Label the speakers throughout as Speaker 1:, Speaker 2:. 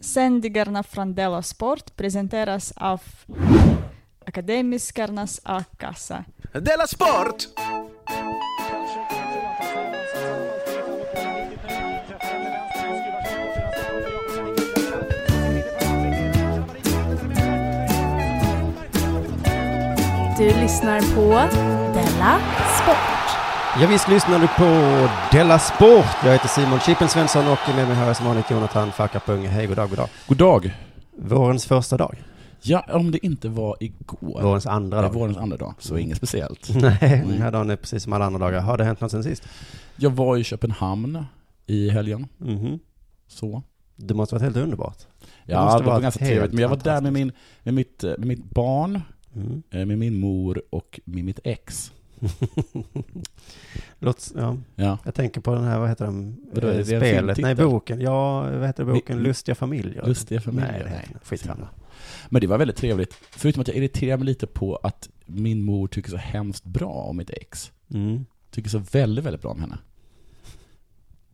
Speaker 1: Sändningarna från Della Sport presenteras av Akademiskernas A-kassa.
Speaker 2: Della Sport!
Speaker 3: Du lyssnar på Della Sport.
Speaker 4: Ja, visst lyssnar du på Della Sport. Jag heter Simon Chippen Svensson och med mig har jag som vanligt Jonathan Fackapunge. Hej, god dag, god dag.
Speaker 5: God dag.
Speaker 4: Vårens första dag.
Speaker 5: Ja, om det inte var igår.
Speaker 4: Vårens andra
Speaker 5: det är
Speaker 4: dag.
Speaker 5: vårens andra dag, så inget speciellt.
Speaker 4: Nej, den här dagen är precis som alla andra dagar. Har det hänt något sen sist?
Speaker 5: Jag var i Köpenhamn i helgen,
Speaker 4: Mhm.
Speaker 5: så.
Speaker 4: Det måste varit helt underbart.
Speaker 5: Ja,
Speaker 4: måste
Speaker 5: det, var
Speaker 4: varit
Speaker 5: ganska
Speaker 4: helt
Speaker 5: trevligt. Men jag var där med,
Speaker 4: fantastiskt.
Speaker 5: min, med, mitt, eh, med mitt barn,
Speaker 4: Mm.
Speaker 5: eh, med min mor och med mitt ex.
Speaker 4: Låt, ja,
Speaker 5: Ja.
Speaker 4: jag tänker på den här, vad heter den? Eh,
Speaker 5: Vadå, är det en
Speaker 4: Spelet?
Speaker 5: filmtitel?
Speaker 4: Nej, boken. Ja, vad heter boken?
Speaker 5: Mi-
Speaker 4: Lustiga familjer.
Speaker 5: Lustiga familjer.
Speaker 4: Nej, det
Speaker 5: Nej,
Speaker 4: heter den. Skitsamma.
Speaker 5: Men det var väldigt trevligt. Förutom att jag irriterar mig lite på att min mor tycker så hemskt bra om mitt ex.
Speaker 4: Mm.
Speaker 5: Tycker så väldigt, väldigt bra om henne.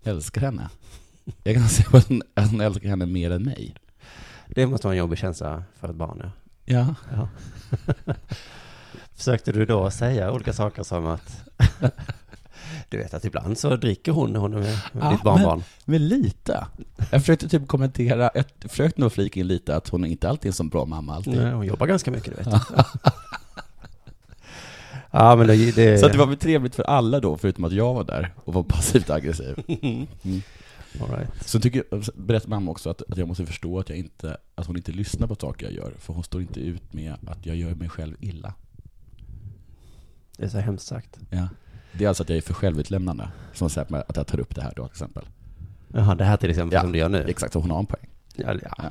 Speaker 5: Älskar henne. Jag kan säga att hon, att hon älskar henne mer än mig.
Speaker 4: Det måste vara en jobbig känsla för ett barn, ja.
Speaker 5: Ja.
Speaker 4: Ja. Försökte du då säga olika saker som att du vet att ibland så dricker hon när hon är med med
Speaker 5: Ah,
Speaker 4: ditt barnbarn.
Speaker 5: Men lite. Jag försökte typ kommentera, jag försökte nog flika in lite att hon inte alltid är en så bra mamma alltid.
Speaker 4: Nej, hon jobbar ganska mycket, du vet. ja, men det, det,
Speaker 5: Så att det var väl trevligt för alla då, förutom att jag var där och var passivt aggressiv.
Speaker 4: all right.
Speaker 5: Så tycker, berättar mamma också att, att jag måste förstå att, jag inte, att hon inte lyssnar på saker jag gör, för hon står inte ut med att jag gör mig själv illa.
Speaker 4: det är så hemskt sagt.
Speaker 5: Ja. Det är alltså att jag är för självutlämnande, som säger att man- att jag tar upp det här då till exempel.
Speaker 4: Jaha, det här till exempel
Speaker 5: Ja,
Speaker 4: som du gör nu.
Speaker 5: Exakt, så hon har en poäng.
Speaker 4: Ja, ja.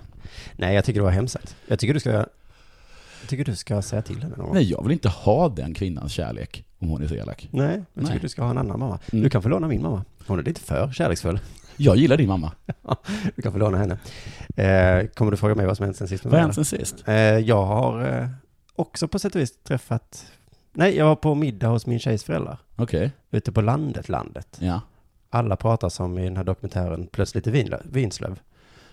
Speaker 4: Nej, jag tycker det var hemskt sagt. Jag tycker du ska, jag tycker du ska säga till henne någon gång.
Speaker 5: Nej, jag vill inte ha den kvinnans kärlek, om hon är så elak.
Speaker 4: Nej, jag tycker
Speaker 5: Nej.
Speaker 4: du ska ha en annan mamma.
Speaker 5: Mm.
Speaker 4: Du kan få låna min mamma. Hon är lite för kärleksfull.
Speaker 5: Jag gillar din mamma.
Speaker 4: Du kan få låna henne. Eh, kommer du fråga mig vad som hänt sen sist? med
Speaker 5: Vad
Speaker 4: mig,
Speaker 5: hände sen sist?
Speaker 4: då? eh, jag har eh, också på sätt och vis träffat... Nej, jag var på middag hos min tjejs föräldrar.
Speaker 5: Okej,
Speaker 4: Ute på landet, landet.
Speaker 5: ja.
Speaker 4: Alla pratar som i den här dokumentären Plötsligt i Vinlö- Vinslöv.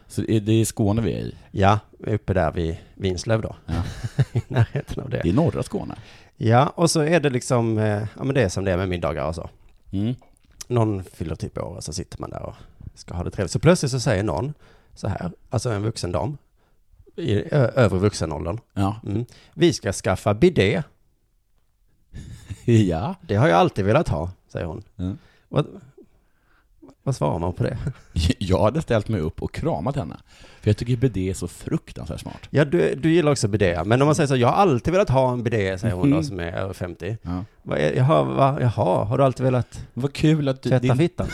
Speaker 5: Så det är- det är Skåne vi är i.
Speaker 4: Ja, uppe där vid Vinslöv då.
Speaker 5: Ja.
Speaker 4: I närheten av det.
Speaker 5: Det är norra Skåne.
Speaker 4: Ja, och så är det liksom... Eh, ja, men det är som det är med middagar och så.
Speaker 5: Mm.
Speaker 4: Någon fyller typ år och så sitter man där och ska ha det trevligt. Så plötsligt så säger någon så här, alltså en vuxen dam, i ö- övre vuxenåldern.
Speaker 5: Ja.
Speaker 4: Mm. Vi ska skaffa bidé.
Speaker 5: ja.
Speaker 4: Det har jag alltid velat ha, säger hon.
Speaker 5: Mm.
Speaker 4: Vad, vad svarar man på det?
Speaker 5: Jag hade ställt mig upp och kramat henne. För jag tycker bidé är så fruktansvärt smart.
Speaker 4: Ja, du, du gillar också bidé, men om man säger så, jag har alltid velat ha en bidé, säger hon då, som är över 50.
Speaker 5: Mm-hmm. Ja.
Speaker 4: Vad är, jaha, va, jaha, har du alltid velat
Speaker 5: Vad kul att du...
Speaker 4: tvätta
Speaker 5: din-
Speaker 4: fittan?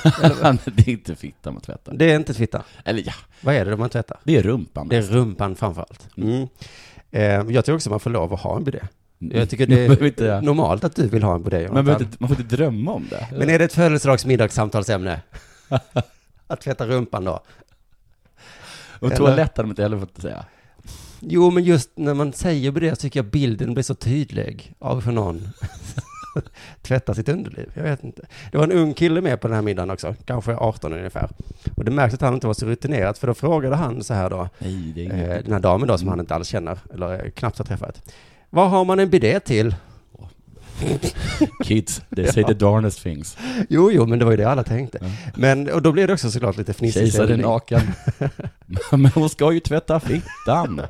Speaker 5: det är inte fitta man tvättar.
Speaker 4: Det är inte fitta.
Speaker 5: Eller ja,
Speaker 4: Vad är det då man tvättar?
Speaker 5: det är rumpan.
Speaker 4: Det är rumpan framför allt. Mm. Eh, jag tycker också man får lov att ha en bidé. Jag tycker
Speaker 5: Man
Speaker 4: det
Speaker 5: behöver
Speaker 4: är
Speaker 5: inte-
Speaker 4: normalt att du vill ha en bidé,
Speaker 5: man,
Speaker 4: Jonathan.
Speaker 5: behöver inte, man får inte drömma om det.
Speaker 4: Men är det ett födelsedagsmiddagssamtalsämne? att tvätta rumpan då?
Speaker 5: och toaletten har man inte heller fått säga.
Speaker 4: Jo, men just när man säger på det så tycker jag bilden blir så tydlig av hur någon tvättar sitt underliv. Jag vet inte. Det var en ung kille med på den här middagen också, kanske 18 ungefär. Och det märktes att han inte var så rutinerad, för då frågade han så här då,
Speaker 5: Nej, det är
Speaker 4: eh,
Speaker 5: inget.
Speaker 4: den här damen då som han inte alls känner, eller eh, knappt har träffat. Vad har man en bidé till?
Speaker 5: Kids, they say the darnest things.
Speaker 4: Jo, jo, men det var ju det alla tänkte. Men, och då blev det också såklart lite fnissig
Speaker 5: Kejsaren
Speaker 4: stämning.
Speaker 5: naken. Men hon ska ju tvätta fittan.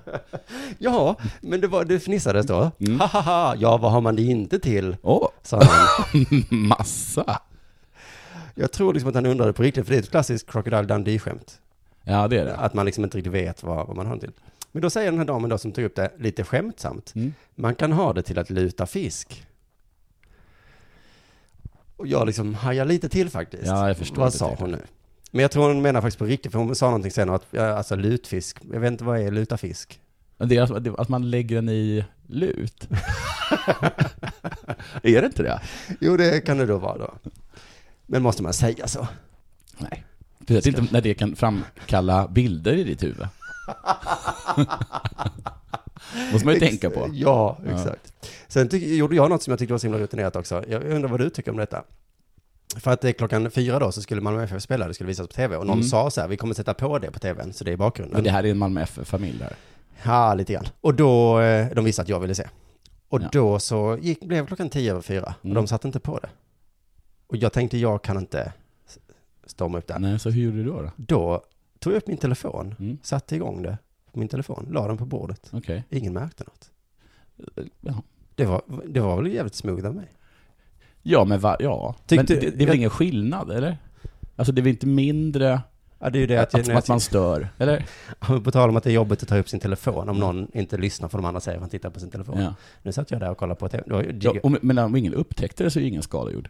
Speaker 4: Ja, men det, var, det fnissades då.
Speaker 5: Mm.
Speaker 4: Hahaha, ja, vad har man det inte till?
Speaker 5: Åh,
Speaker 4: Sa han.
Speaker 5: massa.
Speaker 4: Jag tror liksom att han undrade på riktigt, för det är ett klassiskt Crocodile Dundee-skämt.
Speaker 5: Ja, det är det.
Speaker 4: Att man liksom inte riktigt vet vad, vad man har den till. Men då säger den här damen då som tog upp det lite skämtsamt.
Speaker 5: Mm.
Speaker 4: Man kan ha det till att luta fisk. Och jag liksom hajar lite till faktiskt.
Speaker 5: Ja, jag förstår
Speaker 4: Vad
Speaker 5: det,
Speaker 4: sa
Speaker 5: tycker
Speaker 4: hon nu? Men jag tror hon menar faktiskt på riktigt, för hon sa någonting sen om att, ja, alltså lutfisk, jag vet inte vad är luta fisk?
Speaker 5: Men Det är alltså- det- att man lägger den i lut. är det inte det?
Speaker 4: Jo, det kan det då vara då. Men måste man säga så?
Speaker 5: Nej. Precis, inte när det kan framkalla bilder i ditt huvud. måste man ju
Speaker 4: Ex-
Speaker 5: tänka på.
Speaker 4: Ja, exakt. Sen tyck- gjorde jag något som jag tyckte var så himla rutinerat också. Jag undrar vad du tycker om detta. För att eh, klockan fyra då så skulle Malmö FF spela, det skulle visas på tv. Och någon
Speaker 5: Mm.
Speaker 4: sa så här, vi kommer sätta på det på tvn, så det är i bakgrunden.
Speaker 5: Men det här är en Malmö FF-familj där.
Speaker 4: Ja, lite grann. Och då, eh, de visste att jag ville se. Och
Speaker 5: Ja.
Speaker 4: då så gick, blev klockan tio över fyra, och
Speaker 5: Mm.
Speaker 4: de satte inte på det. Och jag tänkte, jag kan inte s- storma upp det här.
Speaker 5: Nej, så hur gjorde du då? då?
Speaker 4: Då tog jag upp min telefon,
Speaker 5: Mm.
Speaker 4: satte igång det på min telefon, la den på bordet.
Speaker 5: Okej.
Speaker 4: Ingen märkte något.
Speaker 5: Ja.
Speaker 4: Det var, det var väl jävligt smooth av mig.
Speaker 5: Ja, men va, ja.
Speaker 4: Tyckte-
Speaker 5: men det, det är väl
Speaker 4: jag-
Speaker 5: ingen skillnad, eller? Alltså det är väl inte mindre
Speaker 4: Ja, det är ju det att,
Speaker 5: att,
Speaker 4: jag-
Speaker 5: att,
Speaker 4: när jag
Speaker 5: man stör, eller?
Speaker 4: sitter- På tal om att det är jobbigt att ta upp sin telefon, om någon inte lyssnar för de andra säger att han tittar på sin telefon.
Speaker 5: Mm. Ja.
Speaker 4: Nu satt jag där och kollade på tv. Det var ju-
Speaker 5: Ja, om, men om ingen upptäckte det så är ju ingen skada gjord.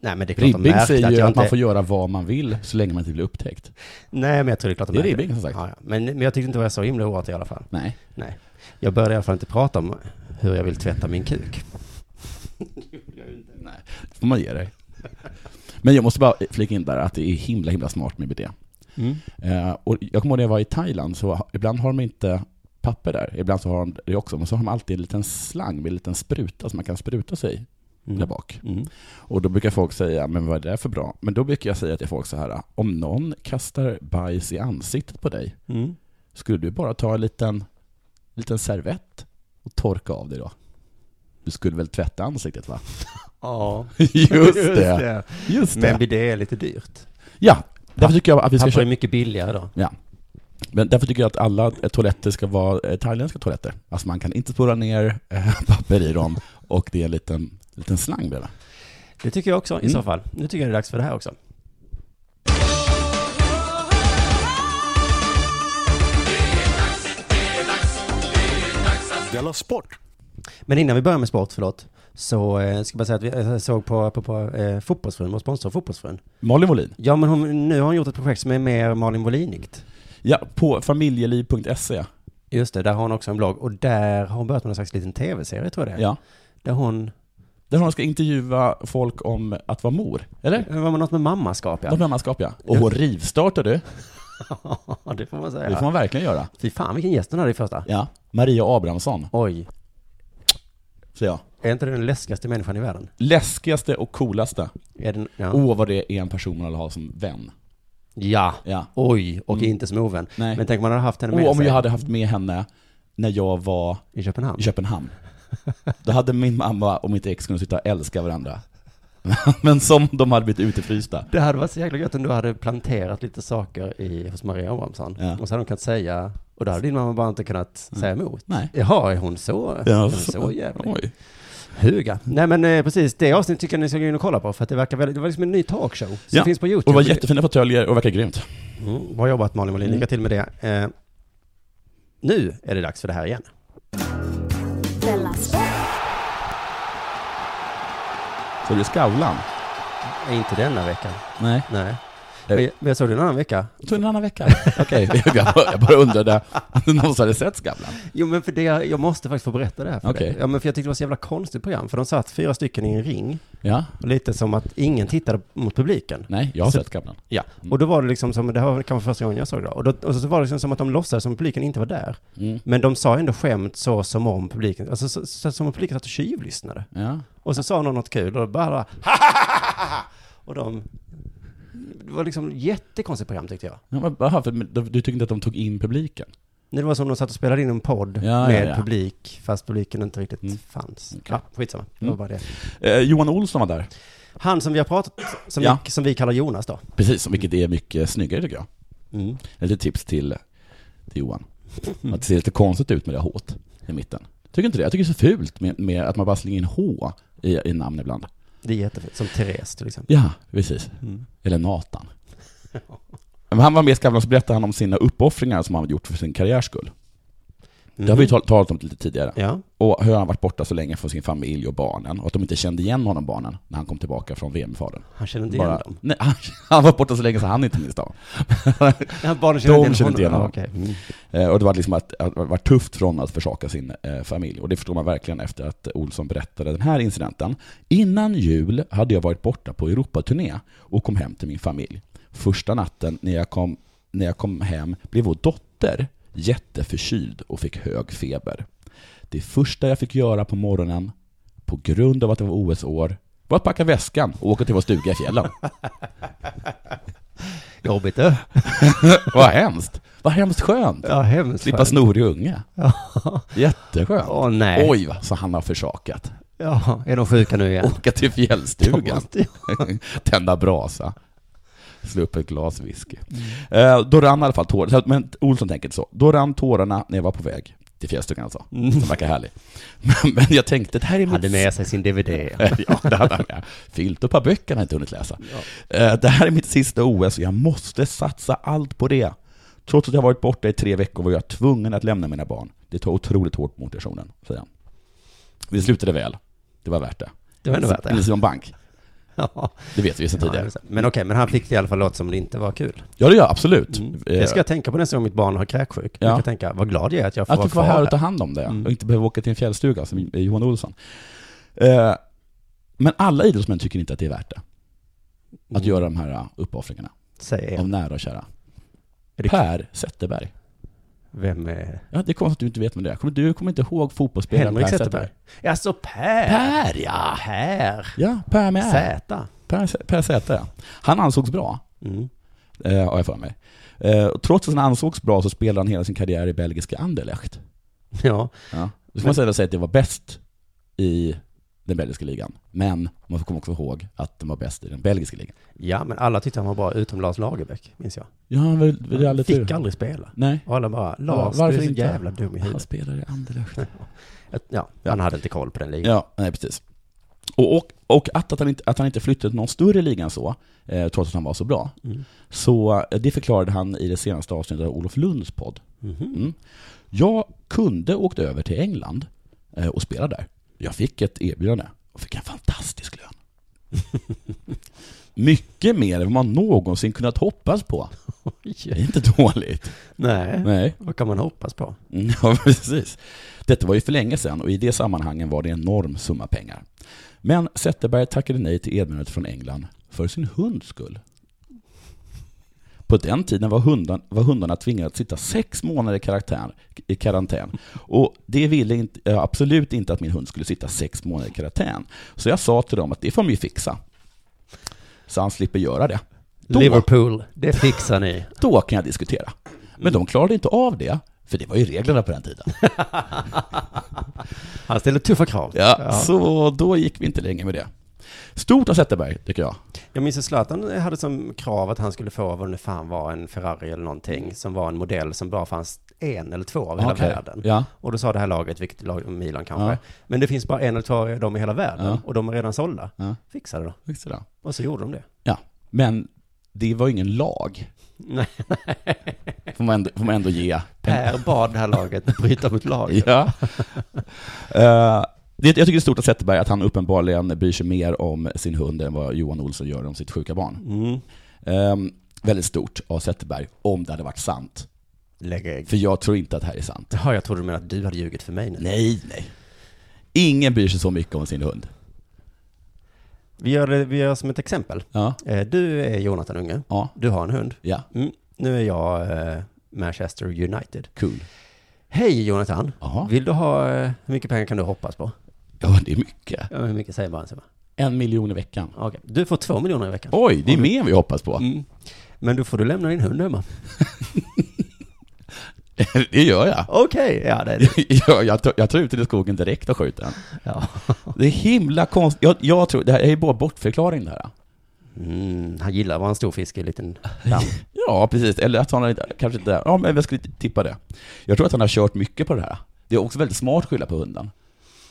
Speaker 4: Nej, men det är klart de
Speaker 5: Ribbing
Speaker 4: märkte att
Speaker 5: säger
Speaker 4: jag
Speaker 5: ju
Speaker 4: inte...
Speaker 5: att man får göra vad man vill så länge man inte blir upptäckt.
Speaker 4: Nej, men jag tror det är klart de
Speaker 5: Det är
Speaker 4: märkte
Speaker 5: ribbing, som sagt.
Speaker 4: Ja, ja. Men, men jag tyckte inte det var så himla hårt i alla fall.
Speaker 5: Nej.
Speaker 4: Jag började i alla fall inte prata om hur jag vill tvätta min kuk.
Speaker 5: Nej, det får man ge dig. Men jag måste bara flika in där att det är himla, himla smart med IBD. Eh, och jag kommer ihåg när jag var i Thailand, så ibland har de inte papper där, ibland så har de det också, men så har de alltid en liten slang med en liten spruta som man kan spruta sig där bak.
Speaker 4: Mm.
Speaker 5: Och då brukar folk säga, men vad är det för bra? Men då brukar jag säga till folk så här, om någon kastar bajs i ansiktet på dig,
Speaker 4: Mm.
Speaker 5: skulle du bara ta en liten, liten servett och torka av dig då? Du skulle väl tvätta ansiktet va?
Speaker 4: Ja,
Speaker 5: Just det! Just
Speaker 4: Men
Speaker 5: det!
Speaker 4: bidé är lite dyrt.
Speaker 5: Ja, därför tycker jag att vi ska
Speaker 4: Papper är
Speaker 5: köpa,
Speaker 4: mycket billigare då.
Speaker 5: men därför tycker jag att alla eh, toaletter ska vara eh, thailändska toaletter. Alltså man kan inte spola ner eh, papper i dem och det är en liten, liten slang bredvid.
Speaker 4: Det tycker jag också i
Speaker 5: Mm.
Speaker 4: så fall. Nu tycker jag det är dags för det här också.
Speaker 2: Della Sport!
Speaker 4: Men innan vi börjar med sport, förlåt, så eh, ska jag bara säga att vi eh, såg på, på, på eh, Fotbollsfrun, vår sponsor Fotbollsfrun.
Speaker 5: Malin Molin,
Speaker 4: Ja, men hon, nu har hon gjort ett projekt som är mer Malin Wolinigt.
Speaker 5: ja, på familjeliv.se.
Speaker 4: Just det, där har hon också en blogg och där har hon börjat med någon slags liten tv-serie tror jag det är.
Speaker 5: Ja.
Speaker 4: Där hon,
Speaker 5: Där hon ska intervjua folk om att vara mor, eller?
Speaker 4: det eh, var något med mammaskap
Speaker 5: Ja. Om
Speaker 4: ja.
Speaker 5: mammaskap ja. Och hon rivstartar du,
Speaker 4: Ja, det får man säga.
Speaker 5: det får man verkligen göra.
Speaker 4: Fy fan vilken gäst hon hade i första.
Speaker 5: Ja. Maria Abrahamsson,
Speaker 4: Oj,
Speaker 5: säger jag.
Speaker 4: är inte det den läskigaste människan i världen?
Speaker 5: Läskigaste och coolaste.
Speaker 4: Är den, ja.
Speaker 5: Åh oh, vad det är en person man vill ha som vän.
Speaker 4: ja.
Speaker 5: Ja.
Speaker 4: Oj, och
Speaker 5: Mm.
Speaker 4: inte som ovän.
Speaker 5: Nej.
Speaker 4: Men tänk om man hade haft henne med
Speaker 5: Och om
Speaker 4: sig
Speaker 5: jag hade haft med henne när jag var
Speaker 4: i Köpenhamn.
Speaker 5: i Köpenhamn. Då hade min mamma och mitt ex kunnat sitta och älska varandra. Men som de hade blivit utefrysta.
Speaker 4: Det hade varit så jäkla gött om du hade planterat lite saker i, hos Maria Abrahamsson.
Speaker 5: Ja.
Speaker 4: Och så hade hon kunnat säga, och då hade din mamma bara inte kunnat säga emot.
Speaker 5: Nej.
Speaker 4: Jaha, är hon så, är hon
Speaker 5: Alltså,
Speaker 4: så jävla
Speaker 5: Oj.
Speaker 4: huga? Nej men eh, precis, det avsnittet tycker jag ni ska gå in och kolla på för att det verkar väldigt, det var liksom en ny talkshow som
Speaker 5: Ja,
Speaker 4: finns på YouTube.
Speaker 5: Och var jättefina fåtöljer och verkar grymt.
Speaker 4: Mm, bra jobbat Malin Molin,
Speaker 5: Mm.
Speaker 4: lycka till med det. Eh, nu är det dags för det här igen.
Speaker 3: Della Sport.
Speaker 5: Så det är Skavlan.
Speaker 4: Eh, Inte denna veckan,
Speaker 5: Nej.
Speaker 4: nej.
Speaker 5: Eh.
Speaker 4: Men jag- men jag såg det en annan vecka.
Speaker 5: Jag tog en annan vecka. Okej, jag, bara, jag bara undrade om du någonsin hade sett Skavlan.
Speaker 4: Jo men för det, jag måste faktiskt få berätta det här för
Speaker 5: Okej.
Speaker 4: dig. Ja men för jag tyckte det var så jävla konstigt program, för de satt fyra stycken i en ring,
Speaker 5: Ja,
Speaker 4: och lite som att ingen tittade mot publiken.
Speaker 5: nej, jag har
Speaker 4: Så-
Speaker 5: sett Skavlan.
Speaker 4: Ja. Och då var det liksom som, det här var kanske första gången jag såg det då. och, då, och så var det liksom som att de låtsades som publiken inte var där.
Speaker 5: Mm.
Speaker 4: Men de sa ändå skämt så som om publiken, alltså så, så, som om publiken satt och tjuvlyssnade.
Speaker 5: Ja.
Speaker 4: Och så sa någon något kul och bara Och de... Det var liksom jättekonstigt program tyckte jag.
Speaker 5: Ja, men, aha, för men du tyckte inte att de tog in publiken?
Speaker 4: Det var som de satt och spelade in en podd
Speaker 5: Ja,
Speaker 4: med
Speaker 5: ja, ja.
Speaker 4: publik, fast publiken inte riktigt
Speaker 5: Mm.
Speaker 4: fanns.
Speaker 5: Okej.
Speaker 4: Ja, skitsamma. Det var
Speaker 5: Mm.
Speaker 4: bara det.
Speaker 5: Eh, Johan Olsson var där.
Speaker 4: Han som vi har pratat, som,
Speaker 5: Ja.
Speaker 4: vi, som vi kallar Jonas då.
Speaker 5: Precis, vilket är mycket snyggare tycker jag.
Speaker 4: Mm.
Speaker 5: Ett litet tips till, till Johan. Att det ser lite konstigt ut med det här H't i mitten. Tycker inte det? Jag tycker det är så fult med, med att man bara slänger in H i, i namn ibland.
Speaker 4: Det är jättefint. Som Therese till exempel.
Speaker 5: Ja, precis.
Speaker 4: Mm.
Speaker 5: Eller Nathan. Men han var med i Skavlan och så berättade han om sina uppoffringar som han hade gjort för sin karriärs skull. Det har vi ju tal- talat om lite tidigare.
Speaker 4: Ja.
Speaker 5: Och hur han varit borta så länge från sin familj och barnen. Och att de inte kände igen honom, barnen, när han kom tillbaka från VM-fadern.
Speaker 4: Han känner inte igen
Speaker 5: Bara,
Speaker 4: dem.
Speaker 5: nej, han, han var borta så länge så han inte minns dem.
Speaker 4: Ja, barnen
Speaker 5: De
Speaker 4: känner
Speaker 5: känner inte igen
Speaker 4: honom.
Speaker 5: honom.
Speaker 4: Ja, okej. Mm.
Speaker 5: Eh, Och det var liksom att, att det var tufft för honom att försaka sin eh, familj. Och det förstår man verkligen efter att Olsson berättade den här incidenten. Innan jul hade jag varit borta på Europaturné och kom hem till min familj. Första natten när jag kom, när jag kom hem blev vår dotter jätteförkyld och fick hög feber. Det första jag fick göra på morgonen, på grund av att det var OS-år, var att packa väskan och åka till vår stuga i fjällen.
Speaker 4: Jobbigt du.
Speaker 5: Vad hemskt! Vad hemskt skönt!
Speaker 4: Ja, hemskt
Speaker 5: Slippa
Speaker 4: skönt.
Speaker 5: snorig unge. Jätteskönt.
Speaker 4: Åh nej.
Speaker 5: Oj, vad så han har försakat.
Speaker 4: Ja, är de sjuka nu igen?
Speaker 5: Åka till fjällstugan.
Speaker 4: Ja.
Speaker 5: Tända brasa. Slå upp ett glas whisky.
Speaker 4: Mm.
Speaker 5: Eh, då rann i alla fall tårar, så att- men Olsson tänker inte så. Då rann tårarna när jag var på väg till fjällstugan alltså. Som verkar härlig. Men, men jag tänkte, det här är
Speaker 4: Mm. Hade
Speaker 5: mitt...
Speaker 4: med sig sin DVD.
Speaker 5: ja, det hade han med. Fyllt upp av böckerna har inte hunnit läsa. Eh, det här är mitt sista OS och jag måste satsa allt på det. Trots att jag varit borta i tre veckor var jag tvungen att lämna mina barn. Det tar otroligt hårt mot personen, säger han. Vi slutade väl. Det var värt det.
Speaker 4: Det var ändå värt det.
Speaker 5: Eller Simon Bank.
Speaker 4: Ja.
Speaker 5: Det vet vi sedan
Speaker 4: Ja, det
Speaker 5: tidigare.
Speaker 4: är sant. men okej, men han fick det i alla fall låta som det inte var kul.
Speaker 5: Ja, det gör jag absolut.
Speaker 4: Mm.
Speaker 5: Eh,
Speaker 4: Det ska jag tänka på nästa gång mitt barn har kräksjuk.
Speaker 5: Mm. Ja.
Speaker 4: Jag kan tänka, vad glad jag är att jag får
Speaker 5: Att du
Speaker 4: vara
Speaker 5: kan vara
Speaker 4: kvar Mm.
Speaker 5: här
Speaker 4: här.
Speaker 5: och ta hand om det och inte behöva åka till en fjällstuga som Johan Olsson. Eh, Men alla idrottsmän tycker inte att det är värt det. Att
Speaker 4: Mm.
Speaker 5: göra de här eh, uppoffringarna
Speaker 4: Säger
Speaker 5: av
Speaker 4: en.
Speaker 5: nära och kära.
Speaker 4: Är det-
Speaker 5: Per Zetterberg.
Speaker 4: Vem är...
Speaker 5: Ja, det är konstigt att du inte vet vem det är. Kommer- Du kommer inte ihåg fotbollsspelaren
Speaker 4: Henrik
Speaker 5: Per
Speaker 4: Zetterberg? Jaså, Per?
Speaker 5: Per, ja!
Speaker 4: Per.
Speaker 5: Ja, Per med Ä.
Speaker 4: Zäta.
Speaker 5: Per, Z- per Zäta, ja. Han ansågs bra,
Speaker 4: Mm.
Speaker 5: eh, har jag för mig. Eh, och Trots att han ansågs bra så spelade han hela sin karriär i belgiska Anderlecht.
Speaker 4: Ja.
Speaker 5: Ja. Då får man säga- säga att det var bäst i den belgiska ligan. Men man kommer också ihåg att den var bäst i den belgiska ligan.
Speaker 4: ja, men alla tyckte han var bra utom Lars Lagerbäck, minns jag.
Speaker 5: Ja, han var, var det aldrig
Speaker 4: Fick
Speaker 5: tur.
Speaker 4: aldrig spela.
Speaker 5: Nej.
Speaker 4: Och alla bara,
Speaker 5: Ja,
Speaker 4: Lars,
Speaker 5: varför
Speaker 4: du är så
Speaker 5: inte?
Speaker 4: jävla dum i
Speaker 5: Han
Speaker 4: huvudet.
Speaker 5: spelade i Anderlecht.
Speaker 4: Ja,
Speaker 5: Ja.
Speaker 4: han hade inte koll på den ligan.
Speaker 5: Ja, nej precis. Och, och, och att, att, han inte, att han inte flyttade till någon större liga än så, eh, trots att han var så bra,
Speaker 4: Mm.
Speaker 5: så eh, det förklarade han i det senaste avsnittet av Olof Lunds podd.
Speaker 4: Mhm.
Speaker 5: Mm. Jag kunde åkt över till England eh, och spela där. Jag fick ett erbjudande och fick en fantastisk lön. Mycket mer än vad man någonsin kunnat hoppas på. Det är inte dåligt.
Speaker 4: Nej.
Speaker 5: Nej.
Speaker 4: Vad kan man hoppas på?
Speaker 5: Mm, Ja, precis. Detta var ju för länge sedan och i det sammanhangen var det en enorm summa pengar. Men Zetterberg tackade nej till erbjudandet från England för sin hunds skull. På den tiden var, hundan, var hundarna tvingade att sitta sex månader i karantän, i karantän. Och det ville inte, jag absolut inte att min hund skulle sitta sex månader i karantän. Så jag sa till dem att det får de ju fixa. Så han slipper göra det. Då-
Speaker 4: Liverpool, det fixar ni.
Speaker 5: då kan jag diskutera. Men de klarade inte av det, för det var ju reglerna på den tiden.
Speaker 4: Han ställer tuffa krav.
Speaker 5: Ja, Så då gick vi inte längre med det. Stort av Zetterberg, tycker jag.
Speaker 4: Jag minns att Zlatan hade som krav att han skulle få vad det nu fan var, en Ferrari eller någonting, som var en modell som bara fanns en eller två av hela
Speaker 5: Okej.
Speaker 4: världen.
Speaker 5: Ja.
Speaker 4: Och då sa det här laget, vilket lag, Milan kanske,
Speaker 5: Ja.
Speaker 4: men det finns bara en eller två av dem i hela världen
Speaker 5: Ja.
Speaker 4: och de är redan sålda.
Speaker 5: Ja.
Speaker 4: Fixa det då.
Speaker 5: Visst är det.
Speaker 4: Och så gjorde de det.
Speaker 5: ja. Men det var ju ingen lag.
Speaker 4: Nej.
Speaker 5: Får man ändå, får man ändå ge.
Speaker 4: Per bad det här laget att bryta mot laget.
Speaker 5: Ja. Eh, det, jag tycker det är stort av Zetterberg att han uppenbarligen bryr sig mer om sin hund än vad Johan Olsson gör om sitt sjuka barn.
Speaker 4: Mm.
Speaker 5: Ehm, väldigt stort av Zetterberg, om det hade varit sant.
Speaker 4: Lägg ägg.
Speaker 5: För jag tror inte att det här är sant.
Speaker 4: Ja, jag trodde du menade att du hade ljugit för mig nu.
Speaker 5: Nej, nej. Ingen bryr sig så mycket om sin hund.
Speaker 4: Vi gör, det, vi gör som ett exempel.
Speaker 5: Ja.
Speaker 4: Eh, Du är Jonathan Unge.
Speaker 5: Ja.
Speaker 4: Du har en hund.
Speaker 5: Ja.
Speaker 4: Mm. Nu är jag eh, Manchester United.
Speaker 5: Cool.
Speaker 4: Hej Jonathan.
Speaker 5: Jaha.
Speaker 4: Vill du ha, eh, hur mycket pengar kan du hoppas på?
Speaker 5: Ja, det är mycket.
Speaker 4: Ja, hur mycket säger bara en summa?
Speaker 5: En miljon i veckan.
Speaker 4: Okej, du får två miljoner i veckan.
Speaker 5: Oj, det är mer än vi hoppas på.
Speaker 4: Mm. Men då får du lämna din hund hemma.
Speaker 5: Det gör jag.
Speaker 4: Okej, ja det är det.
Speaker 5: Jag, jag, tar, jag tar ut den i skogen direkt och skjuter den.
Speaker 4: Ja.
Speaker 5: Det är himla konstigt. Jag, jag tror, det här är bara bortförklaring det här.
Speaker 4: Mm, han gillar att vara en stor fisk i en liten damm.
Speaker 5: Ja, precis. Eller att han har inte- kanske inte... Ja, men jag skulle tippa det. Jag tror att han har kört mycket på det här. Det är också väldigt smart att skylla på hunden.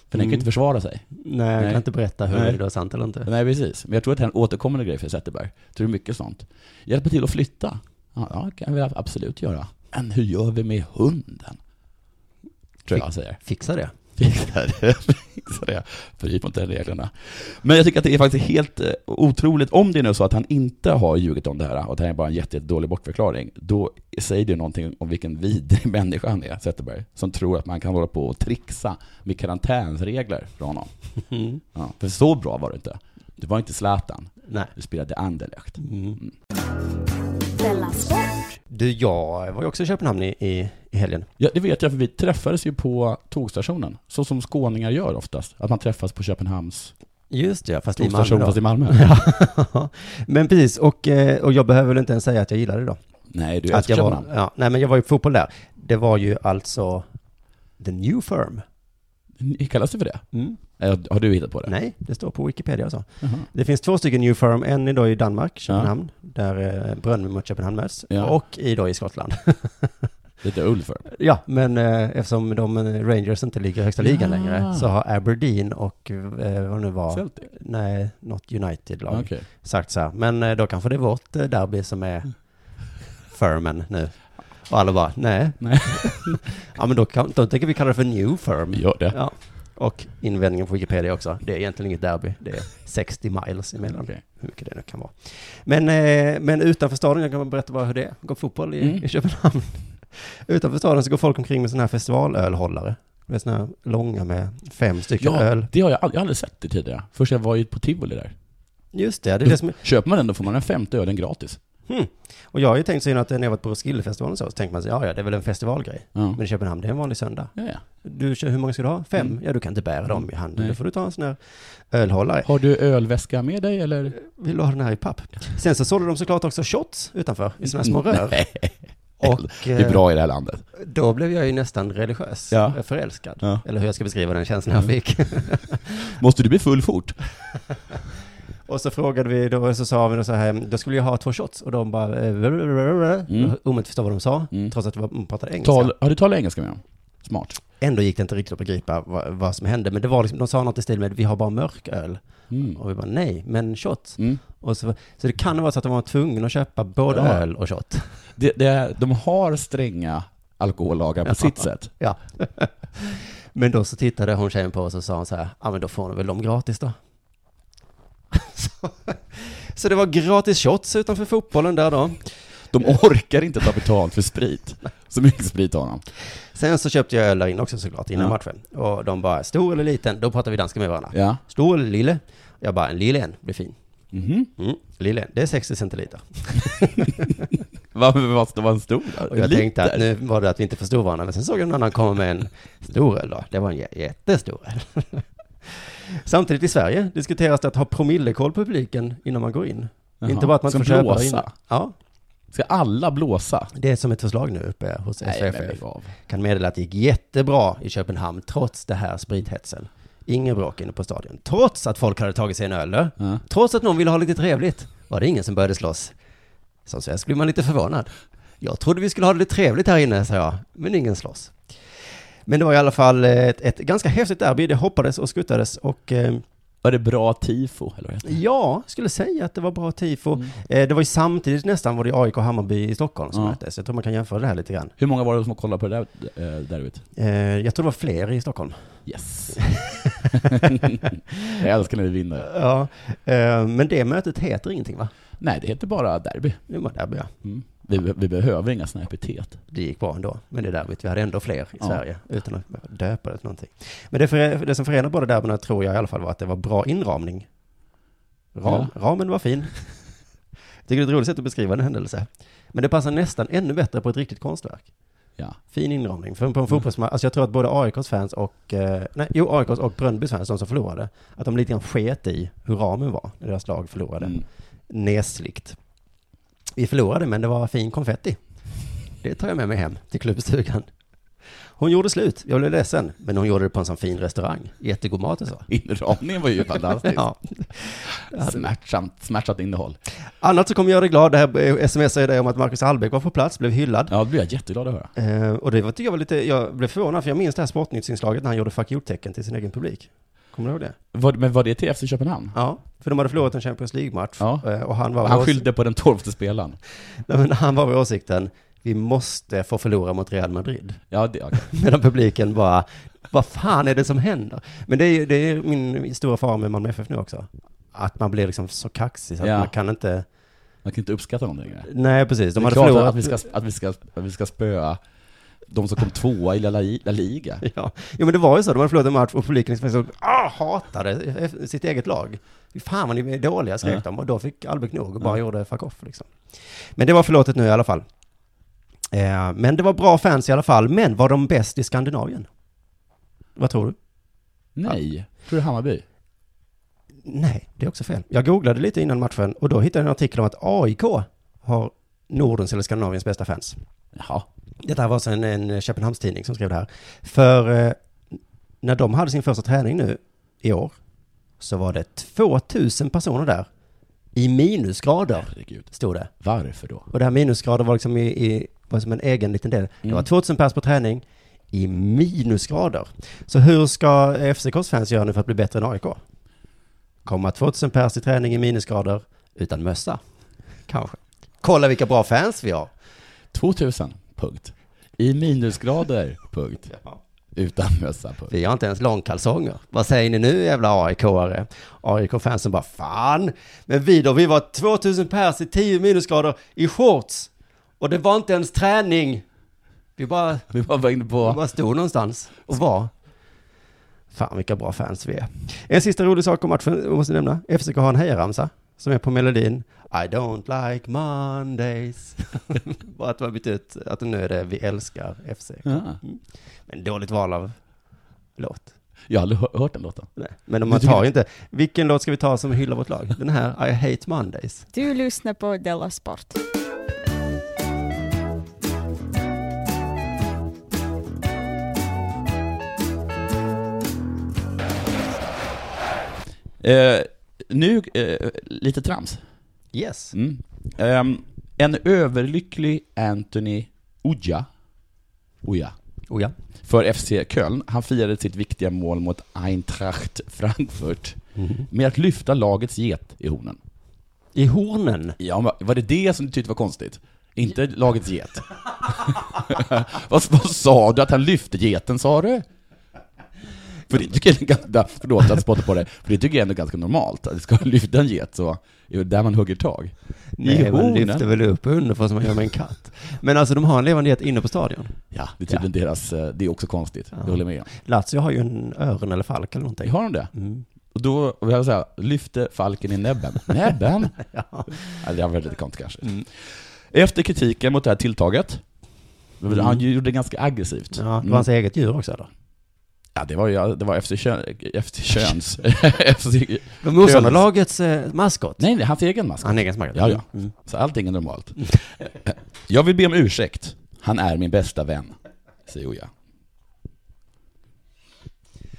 Speaker 5: För den kan
Speaker 4: Mm.
Speaker 5: ju inte försvara sig.
Speaker 4: Nej, jag
Speaker 5: Nej.
Speaker 4: kan inte berätta hur
Speaker 5: Nej.
Speaker 4: det är sant eller inte.
Speaker 5: Nej, precis. Men jag tror att det är en återkommande grej för Zetterberg. Jag tror det är mycket sånt. Hjälpa till att flytta. Ja, ja, det kan vi absolut göra. Men hur gör vi med hunden? Tror jag han säger.
Speaker 4: Fixa det.
Speaker 5: Fixa det, fixa det. Bryt mot de reglerna. Men jag tycker att det är faktiskt helt eh, otroligt, om det är nu så att han inte har ljugit om det här och att det här är bara en jätte- jättedålig bortförklaring, då säger det någonting om vilken vidrig människa han är, Zetterberg, som tror att man kan hålla på och trixa med karantänsregler för honom.
Speaker 4: Mm.
Speaker 5: Ja, för så bra var det inte. Du var inte Zlatan,
Speaker 4: Nej.
Speaker 5: du spelade Anderlecht. Mm.
Speaker 3: Della Sport,
Speaker 4: Mm. Du, jag var ju också i Köpenhamn i, i, i helgen.
Speaker 5: Ja, det vet jag, för vi träffades ju på tågstationen, så som skåningar gör oftast, att man träffas på Köpenhamns
Speaker 4: Just det, fast i
Speaker 5: Stor
Speaker 4: Malmö.
Speaker 5: station
Speaker 4: då.
Speaker 5: fast i Malmö.
Speaker 4: Ja. men precis, och, eh, och jag behöver väl inte ens säga att jag gillade det då.
Speaker 5: Nej, du
Speaker 4: att jag
Speaker 5: älskar
Speaker 4: var,
Speaker 5: namn.
Speaker 4: ja, Nej, men jag var ju på fotboll där. Det var ju alltså The New Firm.
Speaker 5: Kallas det för det? Eh, Har du hittat på det?
Speaker 4: Nej, det står på Wikipedia och så.
Speaker 5: Jaha.
Speaker 4: Det finns två stycken New Firm, en är då i Danmark, Köpenhamn, där eh, Brönnby mot Köpenhamn möts,
Speaker 5: Ja.
Speaker 4: och i, då i Skottland.
Speaker 5: Lite Ulfer.
Speaker 4: ja, men eh, eftersom de eh, Rangers inte ligger i högsta ligan
Speaker 5: Ja.
Speaker 4: längre så har Aberdeen och eh, vad det nu var,
Speaker 5: Celtic?
Speaker 4: nej, något United-lag
Speaker 5: Okej.
Speaker 4: sagt så här. Men eh, då kanske det är vårt eh, derby som är Firmen nu. Och alla bara, nej.
Speaker 5: Nej.
Speaker 4: ja, men då, kan, då tänker vi kalla det för New Firm.
Speaker 5: Vi gör det.
Speaker 4: Ja. Och invändningen på Wikipedia också, det är egentligen inget derby, det är 60 miles emellan.
Speaker 5: Okej.
Speaker 4: Hur mycket det nu kan vara. Men, eh, men utanför staden, jag kan berätta bara hur det är, går fotboll i,
Speaker 5: Mm.
Speaker 4: i Köpenhamn. utanför staden så går folk omkring med sådana här festivalölhållare. Det är sådana här långa med fem stycken
Speaker 5: Ja,
Speaker 4: öl.
Speaker 5: det har jag, aldrig, jag har aldrig sett det tidigare. Först jag var ju på Tivoli där.
Speaker 4: Just det, det är det som är
Speaker 5: Köper man den då får man den femte ölen gratis.
Speaker 4: Hmm. Och jag har ju tänkt så innan att när jag varit på Roskildefestivalen och så, så tänker man sig, ja ja, det är väl en festivalgrej.
Speaker 5: Ja.
Speaker 4: Men i Köpenhamn, det är en vanlig söndag.
Speaker 5: Ja, ja.
Speaker 4: Du, kör- hur många ska du ha? Fem?
Speaker 5: Mm.
Speaker 4: Ja, du kan inte bära dem i handen.
Speaker 5: Nej.
Speaker 4: Då får du ta en sån här ölhållare.
Speaker 5: Har du ölväska med dig eller?
Speaker 4: Vill du ha den här i papp? Sen så sålde de såklart också shots utanför, i såna här små rör. Eh.
Speaker 5: Nej,
Speaker 4: Och
Speaker 5: det är
Speaker 4: eh,
Speaker 5: bra i det här landet.
Speaker 4: då blev jag ju nästan religiös,
Speaker 5: Ja. Mm.
Speaker 4: eh, förälskad.
Speaker 5: Ja.
Speaker 4: Eller hur jag ska beskriva den känslan jag fick.
Speaker 5: Måste du bli full fort?
Speaker 4: Och så frågade vi, då så sa vi då så här, då skulle jag ha två shots. Och de bara, eh, mm. omöjligt förstå vad de sa,
Speaker 5: Mm.
Speaker 4: trots att de var- pratade engelska.
Speaker 5: Tal, har du talat engelska med dem? Smart.
Speaker 4: Ändå gick det inte riktigt att begripa vad, vad som hände. Men det var liksom, de sa något i stil med vi har bara mörk öl.
Speaker 5: Mm.
Speaker 4: Och vi bara nej, men shot.
Speaker 5: Mm.
Speaker 4: Och så, så det kan vara så att de var tvungna att köpa både
Speaker 5: Ja.
Speaker 4: öl och shot.
Speaker 5: Det, det, de har stränga alkohollagar på sitt sätt.
Speaker 4: Ja. men då så tittade hon tjejen på oss och sa hon så här, ja men då får ni väl dem gratis då. så, så det var gratis shots utanför fotbollen där då.
Speaker 5: De orkar inte ta betalt för sprit. Så mycket sprit har de.
Speaker 4: Sen så köpte jag öl där inne också såklart, innan
Speaker 5: Ja.
Speaker 4: matchen. Och de bara, stor eller liten? Då pratar vi danska med varandra.
Speaker 5: Ja.
Speaker 4: Stor eller lille? Jag bara, en lille en blir fin.
Speaker 5: Mhm.
Speaker 4: Mm, lille en, det är 60 centiliter.
Speaker 5: Vad vad- vad- vad var en stor?
Speaker 4: Och jag tänkte att nu var det att vi inte förstod varandra, men sen såg jag någon annan komma med en stor öl då. Det var en jä- jättestor öl. Samtidigt i Sverige diskuteras det att ha promillekoll på publiken innan man går in.
Speaker 5: Jaha.
Speaker 4: Inte bara att man inte
Speaker 5: Som
Speaker 4: får köpa
Speaker 5: blåsa.
Speaker 4: in. Ja,
Speaker 5: Ska alla blåsa?
Speaker 4: det är som ett förslag nu uppe hos SFF.
Speaker 5: lägg av.
Speaker 4: Kan meddela att det gick jättebra i Köpenhamn trots det här sprithetsen. Ingen bråk inne på stadion. Trots att folk hade tagit sig en öl, eh?
Speaker 5: Ja.
Speaker 4: trots att någon ville ha lite trevligt, var det ingen som började slåss. Som svensk blir man lite förvånad. Jag trodde vi skulle ha det lite trevligt här inne, sa jag, men ingen slåss. Men det var i alla fall ett, ett ganska häftigt derby, det hoppades och skuttades och eh,
Speaker 5: Var det bra tifo? Eller vad heter det?
Speaker 4: ja, skulle säga att det var bra tifo.
Speaker 5: Mm.
Speaker 4: Eh, det var ju samtidigt nästan var det AIK och Hammarby i Stockholm som
Speaker 5: Ja.
Speaker 4: möttes, jag tror man kan jämföra det här lite grann.
Speaker 5: Hur många var det som kollade på det där eh, derbyt?
Speaker 4: Eh, jag tror det var fler i Stockholm.
Speaker 5: Yes. jag älskar när vi vinner.
Speaker 4: Ja, eh, men det mötet heter ingenting va?
Speaker 5: Nej, det heter bara derby.
Speaker 4: Det var derby ja.
Speaker 5: Mm. Vi, vi behöver inga sådana epitet.
Speaker 4: det gick bra ändå. Men det derbyt, vi hade ändå fler i
Speaker 5: Ja.
Speaker 4: Sverige utan att döpa det till någonting. Men det, för, det som förenar båda derbyna tror jag i alla fall var att det var bra inramning. Ram, Ramen var fin. Jag tycker det är ett roligt sätt att beskriva en händelse. Men det passar nästan ännu bättre på ett riktigt konstverk.
Speaker 5: Ja. Mm.
Speaker 4: Fin inramning. För på en fotbollsmatch, alltså jag tror att både AIKs fans och, eh, nej, jo AIKs och Brönnbys fans, de som förlorade, att de lite grann sket i hur ramen var när deras lag förlorade
Speaker 5: Mm.
Speaker 4: nedslikt. Vi förlorade, men det var fin konfetti. Det tar jag med mig hem till klubbstugan. Hon gjorde slut, jag blev ledsen, men hon gjorde det på en sån fin restaurang. Jättegod mat och så.
Speaker 5: Inramningen var ju fantastisk.
Speaker 4: Ja.
Speaker 5: Smärtsamt, smärtsamt innehåll.
Speaker 4: Annars så kommer jag dig glad, det här eh, smsar jag dig om att Marcus Hallbäck var på plats, blev hyllad.
Speaker 5: Ja, det blir jag jätteglad att höra.
Speaker 4: Eh, och det var, tycker jag var lite, jag blev förvånad, för jag minns det här Sportnyttsinslaget när han gjorde fuck you-tecken till sin egen publik. Kommer du ihåg det?
Speaker 5: Var, men var det till FC Köpenhamn?
Speaker 4: Ja, för de hade förlorat en Champions League-match.
Speaker 5: Ja.
Speaker 4: eh, Och han var,
Speaker 5: Han skyllde på den tolfte spelaren.
Speaker 4: Nej, men han var vid åsikten, vi måste få förlora mot Real Madrid.
Speaker 5: Ja, det, okej.
Speaker 4: Medan publiken bara, vad fan är det som händer? Men det är, ju- det är min stora fara med Malmö FF nu också. Att man blir liksom så kaxig så att
Speaker 5: Ja.
Speaker 4: man kan inte...
Speaker 5: man kan inte uppskatta någon längre.
Speaker 4: Nej, precis. De
Speaker 5: det är
Speaker 4: hade
Speaker 5: klart
Speaker 4: förlorat.
Speaker 5: att vi, ska, att, vi ska, att vi ska spöa de som kom tvåa i La, Li- La Liga.
Speaker 4: Ja. Jo, men det var ju så. De hade förlorat en match och publiken liksom så, ah, hatade F- sitt eget lag. Fy Fan vad ni är dåliga, skrek
Speaker 5: Ja.
Speaker 4: de. Och då fick Albeck nog och bara
Speaker 5: Ja.
Speaker 4: gjorde fuck off. Liksom. Men det var förlåtet nu i alla fall. Eh, men det var bra fans i alla fall. Men var de bäst i Skandinavien? Vad tror du?
Speaker 5: Nej, tror du Hammarby?
Speaker 4: Nej, det är också fel. Jag googlade lite innan matchen och då hittade jag en artikel om att AIK har Nordens eller Skandinaviens bästa fans.
Speaker 5: Jaha.
Speaker 4: Detta var sedan en Köpenhamnstidning som skrev det här. För eh, när de hade sin första träning nu i år så var det 2000 personer där i minusgrader,
Speaker 5: Herregud.
Speaker 4: stod det.
Speaker 5: Varför då?
Speaker 4: Och det här minusgrader var liksom i, i var som en egen liten del. Det var 2000 pers på träning i minusgrader. Så hur ska FCKs fans göra nu för att bli bättre än AIK? Komma 2000 pers i träning i minusgrader utan mössa? Kanske. Kolla vilka bra fans vi har!
Speaker 5: 2000, punkt. I minusgrader, punkt. Utan mössa, punkt.
Speaker 4: Vi har inte ens långkalsonger. Vad säger ni nu jävla AIK-are? AIK-fansen bara fan, men vi då, vi var 2000 pers i 10 minusgrader i shorts. Och det var inte ens träning. Vi bara,
Speaker 5: Vi var bara inne
Speaker 4: vi
Speaker 5: på...
Speaker 4: bara stod någonstans och var. Fan vilka bra fans vi är. En sista rolig sak om matchen, jag måste nämna. FCK har en hejaramsa som är på melodin I don't like Mondays. Bara att de har bytt ut att nu är det vi älskar FC.
Speaker 5: Ja.
Speaker 4: Men dåligt val av låt.
Speaker 5: Jag har aldrig hör- hört den låten.
Speaker 4: Nej, men om man tar ju inte, vilken låt ska vi ta som hyllar vårt lag? Den här, I hate Mondays.
Speaker 1: Du lyssnar på Della Sport.
Speaker 5: Eh, nu, eh, lite trams.
Speaker 4: Yes.
Speaker 5: Mm. Ehm, en överlycklig Anthony Oja, Oja
Speaker 4: Oh ja.
Speaker 5: för FC Köln, han firade sitt viktiga mål mot Eintracht Frankfurt med att lyfta lagets get i hornen.
Speaker 4: I hornen.
Speaker 5: Ja, men var det det som du tyckte var konstigt? Inte lagets get? vad, vad sa du att han lyfte geten, sa du? För det tycker jag är ganska, förlåt att spotta på det, för det tycker jag ändå är ganska normalt, att ska lyfta en get så är det där man hugger tag. I
Speaker 4: Nej, man
Speaker 5: hornen?
Speaker 4: lyfter väl upp underifrån som man gör med en katt. Men alltså de har en levande get inne på stadion.
Speaker 5: Ja, det är tydligen deras, eh, det är också konstigt, jag håller med.
Speaker 4: Lazio har ju en öron eller falk eller någonting.
Speaker 5: Har de det?
Speaker 4: Mm.
Speaker 5: Och då, och jag vill säga, lyfte falken i näbben. Näbben? ja. Mm. Det var lite konstigt kanske. Efter kritiken mot det här tilltaget, han gjorde det ganska aggressivt.
Speaker 4: Ja, det var
Speaker 5: Mm.
Speaker 4: hans eget djur också eller?
Speaker 5: Ja, det var ju, det var efter, kön, efter köns... FC
Speaker 4: De motståndarlagets eh, maskot.
Speaker 5: nej, nej, hans egen mask.
Speaker 4: Han är egen maskot.
Speaker 5: Ja, ja.
Speaker 4: Mm.
Speaker 5: Så allting är normalt. Eh, jag vill be om ursäkt. Han är min bästa vän, säger Oja.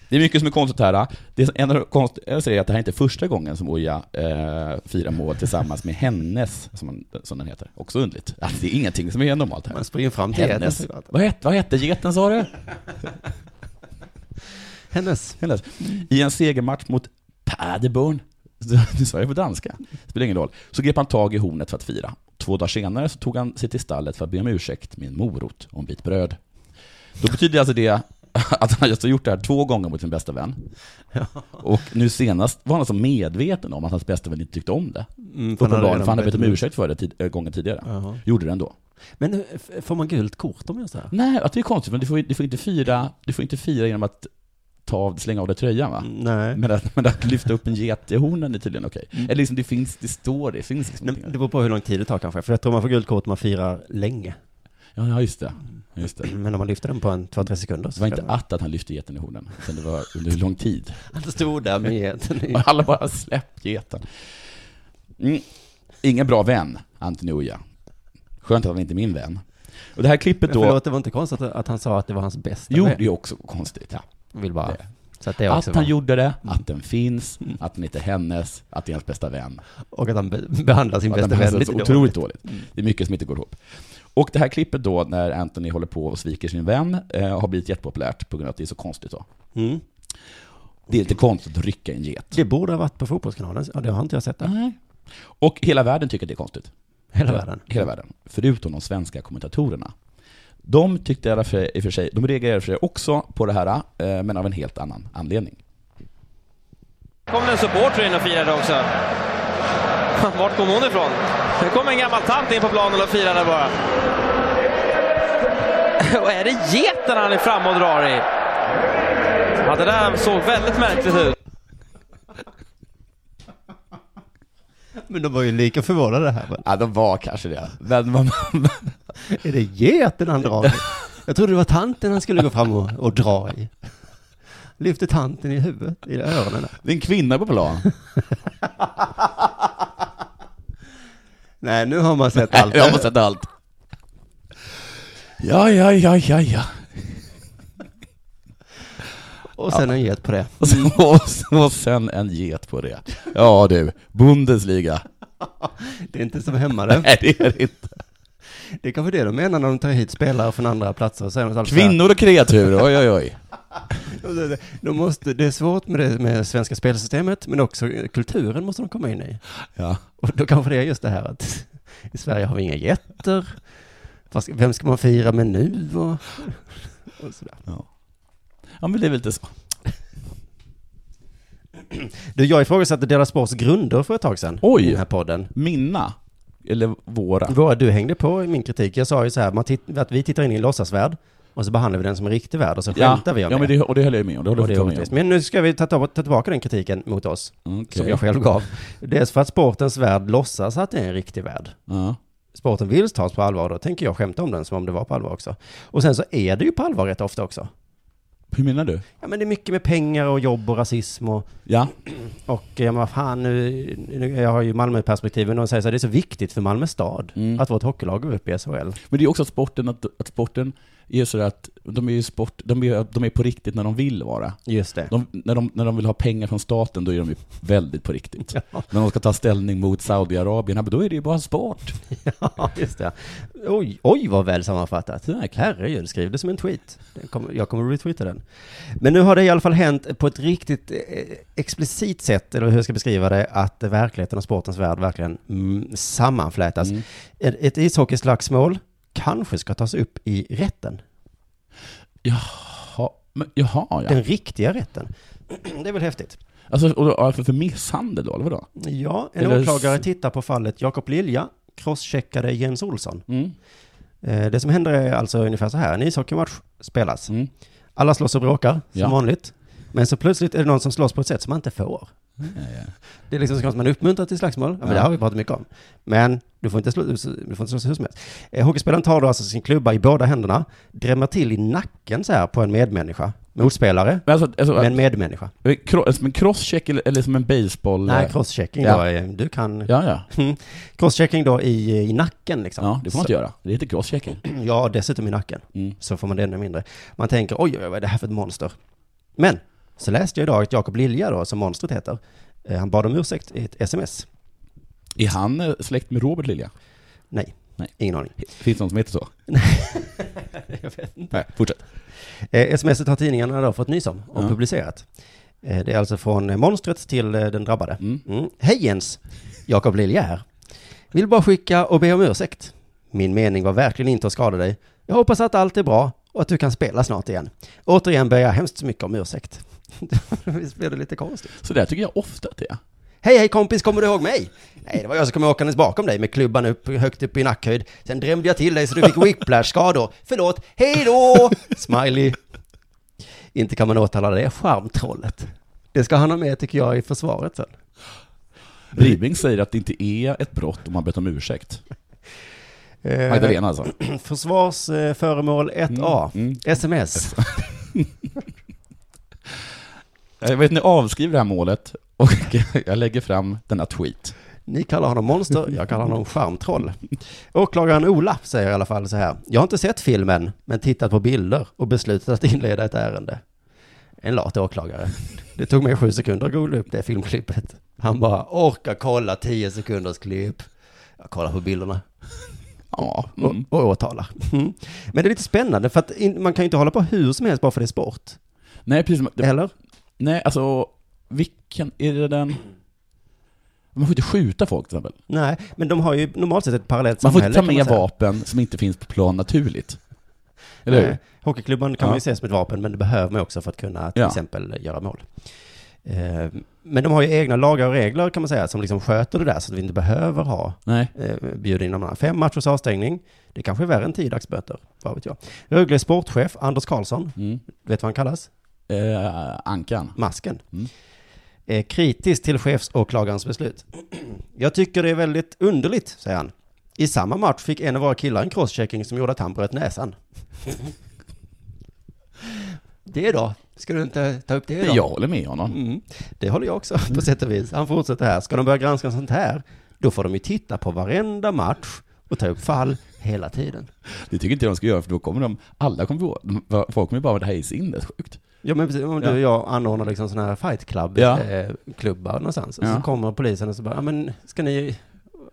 Speaker 5: Det är mycket som är konstigt här. ah. Det är en av de konst, jag säger att det här är inte första gången som Oja eh, firar mål tillsammans med hennes, som, man, som den heter. Också underligt. Alltså, det är ingenting som är normalt här.
Speaker 4: Man springer fram till
Speaker 5: Hennes. Vad hette, vad hette geten sa du?
Speaker 4: Hennes.
Speaker 5: Hennes. I en segermatch mot Paderborn, nu sa jag på danska, spelar ingen roll, så grep han tag i hornet för att fira. Två dagar senare så tog han sig till stallet för att be om ursäkt med en morot och en bit bröd. Då betyder alltså det att han just har gjort det här två gånger mot sin bästa vän. Och nu senast var han alltså medveten om att hans bästa vän inte tyckte om det.
Speaker 4: Mm, för han hade
Speaker 5: Uppenbarligen,
Speaker 4: redan
Speaker 5: för han hade bett om
Speaker 4: bett om
Speaker 5: ursäkt för det tid- äh, gången tidigare.
Speaker 4: Jaha.
Speaker 5: Gjorde det ändå.
Speaker 4: Men hur- f- får man gult kort om jag gör så här?
Speaker 5: Nej, att det är konstigt, men du får, ju- du får, inte, fira, du får inte fira genom att ta, av- slänga av dig tröjan va?
Speaker 4: Mm, Nej.
Speaker 5: Men att, men att lyfta upp en get i hornen är tydligen okej. Eller liksom det finns, det står det, finns liksom
Speaker 4: Nej,
Speaker 5: ingenting.
Speaker 4: Mm. men Det beror på hur lång tid det tar kanske. För jag tror man får gult kort om man firar länge.
Speaker 5: Ja, ja, just det. Just det.
Speaker 4: Men om man lyfter den på en 2-3 sekunder
Speaker 5: Det
Speaker 4: så
Speaker 5: var
Speaker 4: ska
Speaker 5: inte
Speaker 4: man-
Speaker 5: att, att han lyfte geten i hornen, utan det var under hur lång tid.
Speaker 4: Han stod där med geten i-
Speaker 5: Och alla bara släpp geten. Mm. Ingen bra vän, Anthony Oja. Skönt att han inte är min vän. Och det här klippet då,
Speaker 4: Förlåt, det var inte konstigt att, att han sa att det var hans bästa
Speaker 5: jo,
Speaker 4: vän.
Speaker 5: det är också konstigt.
Speaker 4: Vill bara...
Speaker 5: Det.
Speaker 4: Så att det också Mm.
Speaker 5: Att han
Speaker 4: var-
Speaker 5: gjorde det, att den finns, att den inte är hennes, att det är hans bästa vän.
Speaker 4: Och att han be, behandlar sin
Speaker 5: Att den Mm.
Speaker 4: bästa vän
Speaker 5: passar
Speaker 4: lite
Speaker 5: så
Speaker 4: dåligt.
Speaker 5: otroligt dåligt. Det är mycket som inte går ihop. Och det här klippet då när Anthony håller på och sviker sin vän eh, har blivit jättepopulärt på grund av att det är så konstigt då.
Speaker 4: Mm.
Speaker 5: Det är lite konstigt att rycka en get.
Speaker 4: Det borde ha varit på Fotbollskanalen, ja, det har inte jag sett det.
Speaker 5: Nej. Och hela världen tycker att det är konstigt.
Speaker 4: Hela världen.
Speaker 5: Hela världen. Förutom de svenska kommentatorerna. De tyckte i alla fall- i och för sig, de reagerade för sig också på det här, eh, men av en helt annan anledning.
Speaker 2: kom det en supporter in och firade också. Vart kom hon ifrån? Det kom en gammal tant in på planen och firade bara. Och är det geten han är framme och drar i? Ja, det där såg väldigt märkligt ut.
Speaker 4: Men de var ju lika förvånade här.
Speaker 5: Ja, de var kanske det. Men man,
Speaker 4: Är det geten han drar i? Jag trodde det var tanten han skulle gå fram och, och dra i. lyfter tanten i huvudet, i öronen.
Speaker 5: Det är en kvinna på plan.
Speaker 4: Nej, nu har man sett allt.
Speaker 5: Jag har sett allt. Ja, ja, ja, ja, ja.
Speaker 4: Och sen en get på det.
Speaker 5: Och sen, och, så- och sen en get på det. Ja du, Bundesliga.
Speaker 4: Det är inte som hemma det.
Speaker 5: Nej, det är det inte.
Speaker 4: Det är kanske det de menar när de tar hit spelare från andra platser. Och säger de så här-
Speaker 5: Kvinnor och kreatur, oj, oj, oj.
Speaker 4: De måste, det är svårt med det med svenska spelsystemet, men också kulturen måste de komma in i.
Speaker 5: Ja.
Speaker 4: Och då kanske det är just det här att i Sverige har vi inga getter. Vad ska- Vem ska man fira med nu? Och, och sådär.
Speaker 5: ja, men det är väl lite så.
Speaker 4: Du, jag ifrågasatte Dela Sports grunder för ett tag sedan.
Speaker 5: Oj.
Speaker 4: I den här podden.
Speaker 5: Mina, eller våra.
Speaker 4: Vad Du hängde på i min kritik. Jag sa ju så här, man titt, att vi tittar in i en låtsasvärld och så behandlar vi den som en riktig värld och så
Speaker 5: Ja,
Speaker 4: skämtar vi om
Speaker 5: ja men
Speaker 4: det.
Speaker 5: det, och det höll jag ju med om. Det
Speaker 4: Och
Speaker 5: håller
Speaker 4: det är
Speaker 5: jag
Speaker 4: orättvist.
Speaker 5: med
Speaker 4: Men nu ska vi ta, ta, ta tillbaka den kritiken mot oss,
Speaker 5: om. Okej.
Speaker 4: som jag själv gav. Dels för att sportens värld låtsas att det är en riktig värld.
Speaker 5: Ja.
Speaker 4: Sporten vill tas på allvar, då tänker jag skämta om den som om det var på allvar också. Och sen så är det ju på allvar rätt ofta också.
Speaker 5: Hur menar du?
Speaker 4: Ja men det är mycket med pengar och jobb och rasism och,
Speaker 5: Ja,
Speaker 4: och ja men vad fan nu, nu, jag har ju Malmö-perspektiven och säger så här, det är så viktigt för Malmö stad
Speaker 5: Mm.
Speaker 4: att vårt hockeylag går upp i SHL.
Speaker 5: men det är också att sporten, att, att sporten är sådär att de är, ju sport, de, är, de är på riktigt när de vill vara.
Speaker 4: Just det.
Speaker 5: De, när, de, när de vill ha pengar från staten, då är de ju väldigt på riktigt. När de ska ta ställning mot Saudiarabien, ja, men då är det ju bara sport.
Speaker 4: Ja, just det. Oj, oj vad väl sammanfattat.
Speaker 5: Tack.
Speaker 4: Herregud, skriv det som en tweet. Den kommer, jag kommer retweeta den. Men nu har det i alla fall hänt på ett riktigt eh, explicit sätt, eller hur jag ska beskriva det, att verkligheten och sportens värld verkligen mm, sammanflätas. Ett, ett ishockeyslagsmål kanske ska tas upp i rätten.
Speaker 5: Jaha, men, jaha ja.
Speaker 4: Den riktiga rätten. Det är väl häftigt.
Speaker 5: Alltså, och, och, för, för misshandel då, eller vadå?
Speaker 4: Ja, en
Speaker 5: Eller-
Speaker 4: åklagare tittar på fallet Jakob Lilja crosscheckade Jens Olsson.
Speaker 5: Mm.
Speaker 4: Eh, Det som händer är alltså ungefär så här. En ishockeymatch spelas.
Speaker 5: Mm.
Speaker 4: Alla slåss och bråkar, som
Speaker 5: Ja.
Speaker 4: vanligt. Men så plötsligt är det någon som slåss på ett sätt som man inte får. Det är liksom så att man uppmuntrar till slagsmål. Ja, men
Speaker 5: Ja.
Speaker 4: Det har vi pratat mycket om. Men du får inte slå- du får inte slåss hur som helst. Eh, Hockeyspelaren tar då alltså sin klubba i båda händerna, drämmer till i nacken så här på en medmänniska. Motspelare,
Speaker 5: Men alltså, alltså,
Speaker 4: men medmänniska.
Speaker 5: men, kro- eh, som en crosscheck eller, eller som en baseball...
Speaker 4: Nej, crosschecking
Speaker 5: Ja.
Speaker 4: då. eh, Du kan...
Speaker 5: Ja, ja.
Speaker 4: Crosschecking då i, i nacken liksom.
Speaker 5: Ja, det får man
Speaker 4: Så-
Speaker 5: inte göra. Det heter crosschecking.
Speaker 4: Ja, dessutom i nacken.
Speaker 5: Mm.
Speaker 4: Så får man det ännu mindre. Man tänker, oj, oj, oj, vad är det här för ett monster? Men, så läste jag idag att Jakob Lilja då, som monstret heter, eh, han bad om ursäkt i ett sms.
Speaker 5: Är han eh, släkt med Robert Lilja?
Speaker 4: Nej,
Speaker 5: Nej.
Speaker 4: ingen aning.
Speaker 5: Finns det någon som heter så?
Speaker 4: jag vet inte.
Speaker 5: Nej, fortsätt.
Speaker 4: Eh, smset har tidningarna då fått nys om och
Speaker 5: Ja.
Speaker 4: publicerat. Eh, det är alltså från eh, monstret till eh, den drabbade.
Speaker 5: Mm.
Speaker 4: Mm. Hej Jens! Jakob Lilja här. Vill bara skicka och be om ursäkt. Min mening var verkligen inte att skada dig. Jag hoppas att allt är bra och att du kan spela snart igen. Återigen ber jag hemskt så mycket om ursäkt. Visst blev det lite konstigt?
Speaker 5: Så där tycker jag ofta att det är.
Speaker 4: Hej, hej kompis, kommer du ihåg mig? Nej, det var jag som kom åkandes bakom dig med klubban upp, högt upp i nackhöjd. Sen drämde jag till dig så du fick whiplash-skador. Förlåt, hej då! Smiley. Inte kan man åtala det charmtrollet. Det ska han ha med, tycker jag, i försvaret sen. Mm.
Speaker 5: Ribbing säger att det inte är ett brott om man bett om ursäkt. Magdalena alltså.
Speaker 4: Försvarsföremål 1A.
Speaker 5: Mm.
Speaker 4: Sms.
Speaker 5: Jag vet, ni avskriver det här målet och jag lägger fram denna tweet.
Speaker 4: Ni kallar honom monster, jag kallar honom charmtroll. Åklagaren Ola säger i alla fall så här. Jag har inte sett filmen, men tittat på bilder och beslutat att inleda ett ärende. En lat åklagare. Det tog mig sju sekunder att googla upp det filmklippet. Han bara orkar kolla tio sekunders klipp. Jag kollar på bilderna.
Speaker 5: Ja,
Speaker 4: och,
Speaker 5: mm.
Speaker 4: och åtala. Mm. Men det är lite spännande för att in, man kan ju inte hålla på hur som helst bara för det är sport.
Speaker 5: Nej, precis. som-
Speaker 4: Eller?
Speaker 5: Nej, alltså, vilken, är det den... Man får inte skjuta folk till exempel.
Speaker 4: Nej, men de har ju normalt sett ett parallellt
Speaker 5: Man får
Speaker 4: samhälle.
Speaker 5: inte ta
Speaker 4: kan
Speaker 5: med
Speaker 4: säga.
Speaker 5: vapen som inte finns på plan naturligt. Eller hur?
Speaker 4: Nej. Eh, Hockeyklubban kan
Speaker 5: Ja.
Speaker 4: man ju se som ett vapen, men det behöver man också för att kunna till
Speaker 5: Ja.
Speaker 4: exempel göra mål. Eh, Men de har ju egna lagar och regler kan man säga, som liksom sköter det där så att vi inte behöver ha
Speaker 5: Nej.
Speaker 4: eh, bjuda in någon annan. Fem matchers avstängning, det kanske är värre än tio dagsböter, vad vet jag. Rögle sportchef Anders Karlsson,
Speaker 5: Mm.
Speaker 4: vet du vad han kallas?
Speaker 5: Eh, ankan.
Speaker 4: Masken.
Speaker 5: Mm.
Speaker 4: Eh, Kritisk till chefsåklagarens beslut. Jag tycker det är väldigt underligt, säger han. I samma match fick en av våra killar en crosschecking som gjorde att han bröt näsan. Det då? Ska du inte ta upp det då?
Speaker 5: Jag håller med honom.
Speaker 4: Mm. Det håller jag också på sätt och vis. Han fortsätter här. Ska de börja granska sånt här, då får de ju titta på varenda match och ta upp fall hela tiden.
Speaker 5: Det tycker inte jag de ska göra, för då kommer de, alla kommer på, de- folk kommer ju bara, det här är sinnessjukt.
Speaker 4: Ja men precis, om du
Speaker 5: Ja.
Speaker 4: och jag anordnar liksom sådana här fight
Speaker 5: Ja.
Speaker 4: club-klubbar någonstans. Och
Speaker 5: Ja.
Speaker 4: så kommer polisen och så bara, ja men ska ni,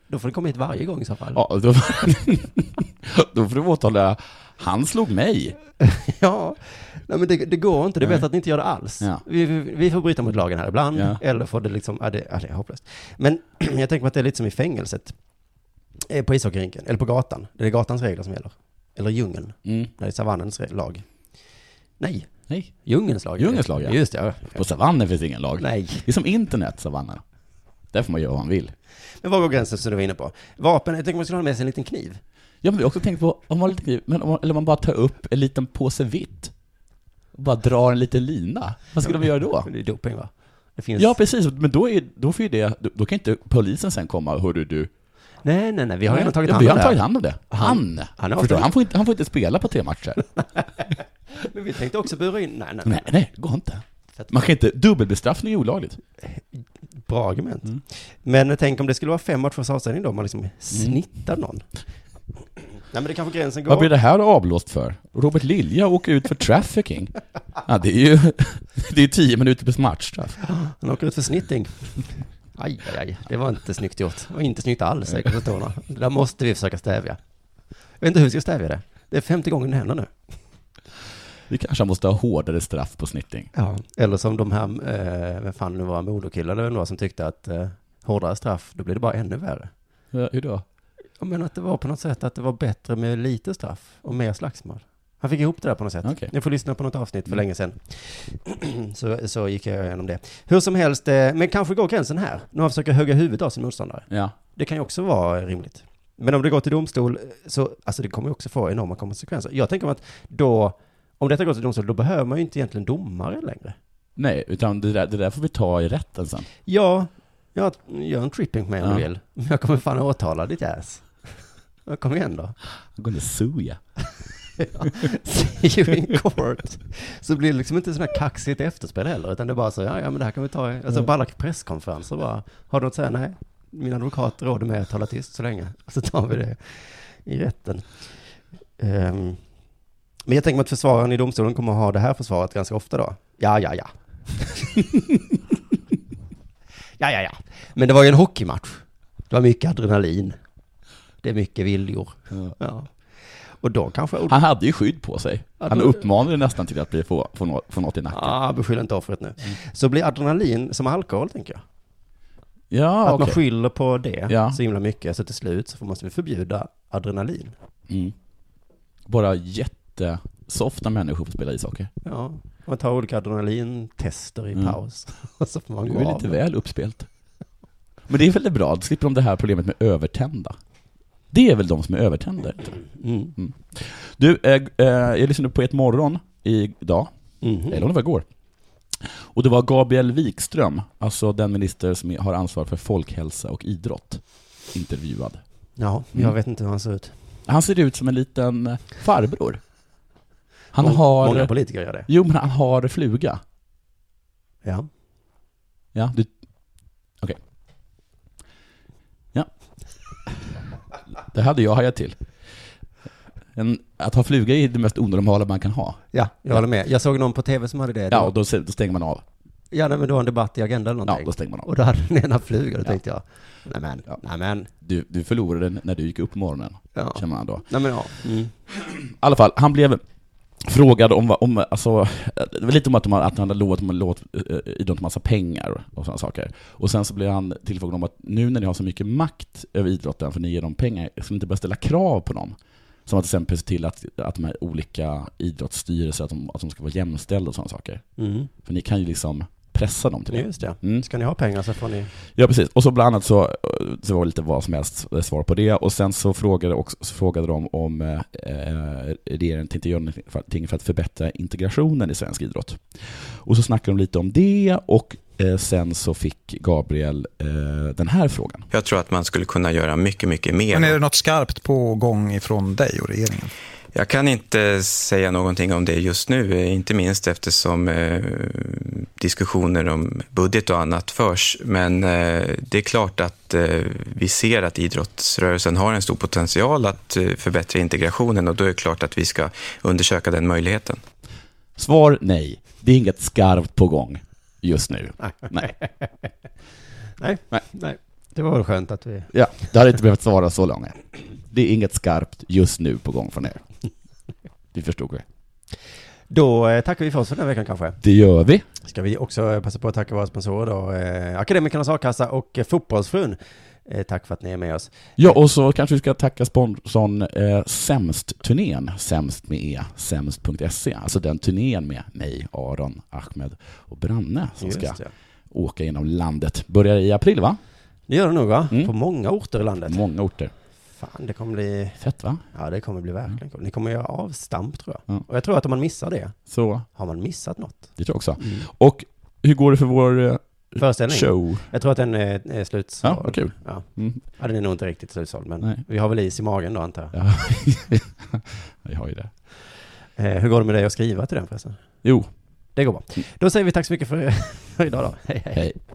Speaker 4: då får ni komma hit varje gång i så fall.
Speaker 5: Ja, då, då får du åtala, han slog mig.
Speaker 4: Ja, nej men det, det går inte. Det är
Speaker 5: Nej.
Speaker 4: bättre att ni inte gör det alls.
Speaker 5: Ja.
Speaker 4: Vi, vi, vi får bryta mot lagen här ibland,
Speaker 5: Ja.
Speaker 4: eller får det liksom, ja det, ja, det är hopplöst. Men jag tänker mig att det är lite som i fängelset, Eh, på ishockeyrinken, eller på gatan. Det är gatans regler som gäller. Eller djungeln,
Speaker 5: Mm.
Speaker 4: när det är savannens re- lag. Nej,
Speaker 5: Nej,
Speaker 4: djungelns lag. är det.
Speaker 5: Djungelns lag, ja.
Speaker 4: Just det, ja.
Speaker 5: på savannen finns ingen lag.
Speaker 4: Nej.
Speaker 5: Det är som internet, savannen. Där får man göra vad man vill.
Speaker 4: Men var går gränsen som du var inne på? Vapen, jag tänker man skulle ha med sig en liten kniv.
Speaker 5: Ja, men vi har också tänkt på, om man, har lite kniv, men om man, eller om man bara tar upp en liten påse vitt och bara drar en liten lina. Vad skulle de göra då?
Speaker 4: Men Det är doping va? Det finns...
Speaker 5: Ja, precis. Men då, är, då får ju det, då, då kan inte polisen sen komma, hörru du.
Speaker 4: Nej, nej, nej, vi har redan tagit
Speaker 5: ja,
Speaker 4: hand
Speaker 5: vi
Speaker 4: om
Speaker 5: har
Speaker 4: det
Speaker 5: tagit
Speaker 4: här.
Speaker 5: hand om det.
Speaker 4: Han-
Speaker 5: Han!
Speaker 4: han
Speaker 5: Han,
Speaker 4: är
Speaker 5: förstår,
Speaker 4: avstängd.
Speaker 5: han, får inte, han får inte spela på tre matcher.
Speaker 4: Men vi tänkte också bura in, nej, nej, nej.
Speaker 5: nej, nej, det går inte.
Speaker 4: Fett.
Speaker 5: Man kan inte, dubbelbestraffning är olagligt.
Speaker 4: Bra argument.
Speaker 5: Mm.
Speaker 4: Men tänk om det skulle vara fem matchers avstängning då, om man liksom snittar någon. Nej men det kanske gränsen
Speaker 5: Vad blir
Speaker 4: går.
Speaker 5: det här avblåst för? Robert Lilja åker ut för trafficking. Ja, det är ju det är tio minuters matchstraff.
Speaker 4: Han åker ut för snitting. Aj, aj, aj. Det var inte snyggt gjort. Det var inte snyggt alls, säkert för tårna. Det där måste vi försöka stävja. Jag vet inte hur vi ska stävja det. Det är femte gången det händer nu.
Speaker 5: Vi kanske måste ha hårdare straff på snitting.
Speaker 4: Ja. Eller som de här, eh, vem fan nu var, modokillarna eller vad det var, som tyckte att eh, hårdare straff, då blir det bara ännu värre.
Speaker 5: Ja, Hur då?
Speaker 4: Jag menar att det var på något sätt att det var bättre med lite straff och mer slagsmål. Han fick ihop det där på något sätt.
Speaker 5: Okej.
Speaker 4: Ni får lyssna på något avsnitt för
Speaker 5: Mm.
Speaker 4: länge sedan. så, så gick jag igenom det. Hur som helst, eh, men kanske går gränsen här. När man försöker hugga huvudet av sin motståndare.
Speaker 5: Ja.
Speaker 4: Det kan ju också vara eh, rimligt. Men om det går till domstol, eh, så alltså det kommer ju också få enorma konsekvenser. Jag tänker mig att då, om detta går till domstol, då behöver man ju inte egentligen domare längre.
Speaker 5: Nej, utan det där, det där får vi ta i rätten sen.
Speaker 4: Ja, jag gör en tripping med om
Speaker 5: Ja.
Speaker 4: du vill. Men jag kommer fan åtala ditt ass. Ja, Kom igen då.
Speaker 5: I'm gonna sue ya.
Speaker 4: See you in court. Så blir det liksom inte sådana här kaxigt efterspel heller, utan det är bara så, ja, ja men det här kan vi ta i, alltså på alla presskonferenser bara, har du något att säga? Nej, min advokat råder mig att hålla tyst så länge, så tar vi det i rätten. Ehm, men jag tänker mig att försvararen i domstolen kommer att ha det här försvaret ganska ofta då. Ja, ja, ja. ja, ja, ja. Men det var ju en hockeymatch. Det var mycket adrenalin. Det är mycket viljor.
Speaker 5: Ja.
Speaker 4: Ja. Och då kanske...
Speaker 5: Han hade ju skydd på sig.
Speaker 4: Ja,
Speaker 5: Han
Speaker 4: då-
Speaker 5: uppmanade nästan till att bli få, få, nå- få något i nacken.
Speaker 4: Ah, beskyll inte offret nu. Så blir adrenalin som alkohol, tänker jag.
Speaker 5: Ja,
Speaker 4: att
Speaker 5: okej.
Speaker 4: man skyller på det
Speaker 5: Ja.
Speaker 4: så himla mycket, så till slut så får- måste vi förbjuda adrenalin.
Speaker 5: Mm. Bara jättesofta människor får spela ishockey.
Speaker 4: Ja, man tar olika adrenalintester i
Speaker 5: Mm.
Speaker 4: paus. Och så får man
Speaker 5: Du
Speaker 4: gå
Speaker 5: är
Speaker 4: av.
Speaker 5: lite väl uppspelt. Men det är väldigt bra, då slipper de det här problemet med övertända. Det är väl de som är övertända?
Speaker 4: Mm.
Speaker 5: Du, eh, eh, jag lyssnade på ett morgon idag,
Speaker 4: Mhm.
Speaker 5: Mm. eller om det var igår. Och det var Gabriel Wikström, alltså den minister som har ansvar för folkhälsa och idrott, intervjuad.
Speaker 4: Ja, jag
Speaker 5: Mm.
Speaker 4: vet inte hur han ser ut.
Speaker 5: Han ser ut som en liten eh, farbror. Han
Speaker 4: Mång-
Speaker 5: har...
Speaker 4: Många politiker gör det.
Speaker 5: Jo, men han har fluga.
Speaker 4: Ja.
Speaker 5: Ja, du... Okej. Ja. Det hade jag hajat till. En, att ha fluga är det mest onormala man kan ha.
Speaker 4: Ja, jag håller med. Jag såg någon på tv som hade det.
Speaker 5: Ja, och då, då stänger man av.
Speaker 4: ja nej, men det var en debatt i Agenda eller
Speaker 5: Ja,
Speaker 4: någonting.
Speaker 5: då stänger man av.
Speaker 4: Och då hade den ena fluga, då
Speaker 5: Ja.
Speaker 4: tänkte jag, nej men,
Speaker 5: Ja.
Speaker 4: nej men,
Speaker 5: Du, du förlorade när du gick upp på morgonen,
Speaker 4: ja.
Speaker 5: känner man då. I
Speaker 4: Nej men ja. Mm.
Speaker 5: alla fall, han blev frågad om, vad- om alltså, det var lite om att, de, har- att han hade lovat, lovat eh, idrott massa pengar och sådana saker. Och sen så blev han tillfrågad om att nu när ni har så mycket makt över idrotten, för ni ger dem pengar, ska ni inte börja ställa krav på dem? Som att till exempel se till att, att de här olika idrottsstyrelser, att de, att de ska vara jämställda och sådana saker.
Speaker 4: Mm.
Speaker 5: För ni kan ju liksom pressa dem till det.
Speaker 4: Just det.
Speaker 5: Mm.
Speaker 4: Ska ni ha pengar så får ni...
Speaker 5: Ja, precis. Och så bland annat så, så var det lite vad som helst eh, svar på det. Och sen så frågade, också, så frågade de om eh, eh, regeringen tänkte göra någonting för att förbättra integrationen i svensk idrott. Och så snackade de lite om det och eh, sen så fick Gabriel eh, den här frågan.
Speaker 6: Jag tror att man skulle kunna göra mycket, mycket mer.
Speaker 7: Men är det något skarpt på gång ifrån dig och regeringen?
Speaker 6: Jag kan inte säga någonting om det just nu, inte minst eftersom eh, diskussioner om budget och annat förs. Men eh, det är klart att eh, vi ser att idrottsrörelsen har en stor potential att eh, förbättra integrationen och då är det klart att vi ska undersöka den möjligheten.
Speaker 5: Svar nej. Det är inget skarpt på gång just nu. Nej.
Speaker 4: Nej.
Speaker 5: Nej.
Speaker 4: Nej. Det var väl skönt att vi...
Speaker 5: Ja, det hade inte behövt svara så länge. Det är inget skarpt just nu på gång från er. Vi förstod det.
Speaker 4: Då eh, tackar vi för oss för den här veckan kanske.
Speaker 5: Det gör vi.
Speaker 4: Ska vi också eh, passa på att tacka våra sponsorer då. Eh, Akademikernas A-kassa och eh, Fotbollsfrun. Eh, tack för att ni är med oss.
Speaker 5: Ja, och så kanske vi ska tacka sponsorn eh, Sämst-turnén, Sämst med E, Sämst.se, alltså den turnén med mig, Aron, Ahmed och Branne som
Speaker 4: Just
Speaker 5: ska
Speaker 4: det.
Speaker 5: åka genom landet. Börjar i april, va?
Speaker 4: Det gör det nog va?
Speaker 5: Mm.
Speaker 4: På många orter i landet.
Speaker 5: Många orter.
Speaker 4: Fan, det kommer bli...
Speaker 5: Fett, va?
Speaker 4: Ja, det kommer bli verkligen kul. Ni kommer göra avstamp tror jag.
Speaker 5: Ja.
Speaker 4: Och jag tror att om man missar det,
Speaker 5: Så,
Speaker 4: har man missat något.
Speaker 5: det tror jag också.
Speaker 4: Mm.
Speaker 5: Och hur går det för vår eh,
Speaker 4: Föreställning.
Speaker 5: show?
Speaker 4: Jag tror att den är, är slutsåld.
Speaker 5: Ja, vad kul.
Speaker 4: Ja.
Speaker 5: Mm.
Speaker 4: ja, den är nog inte riktigt slutsåld, men
Speaker 5: Nej.
Speaker 4: vi har väl is i magen då antar jag.
Speaker 5: Ja, vi har ju det.
Speaker 4: Eh, hur går det med dig att skriva till den förresten?
Speaker 5: Jo,
Speaker 4: Det går bra. Då säger vi tack så mycket för, för idag då. Mm. Hej, hej.
Speaker 5: hej.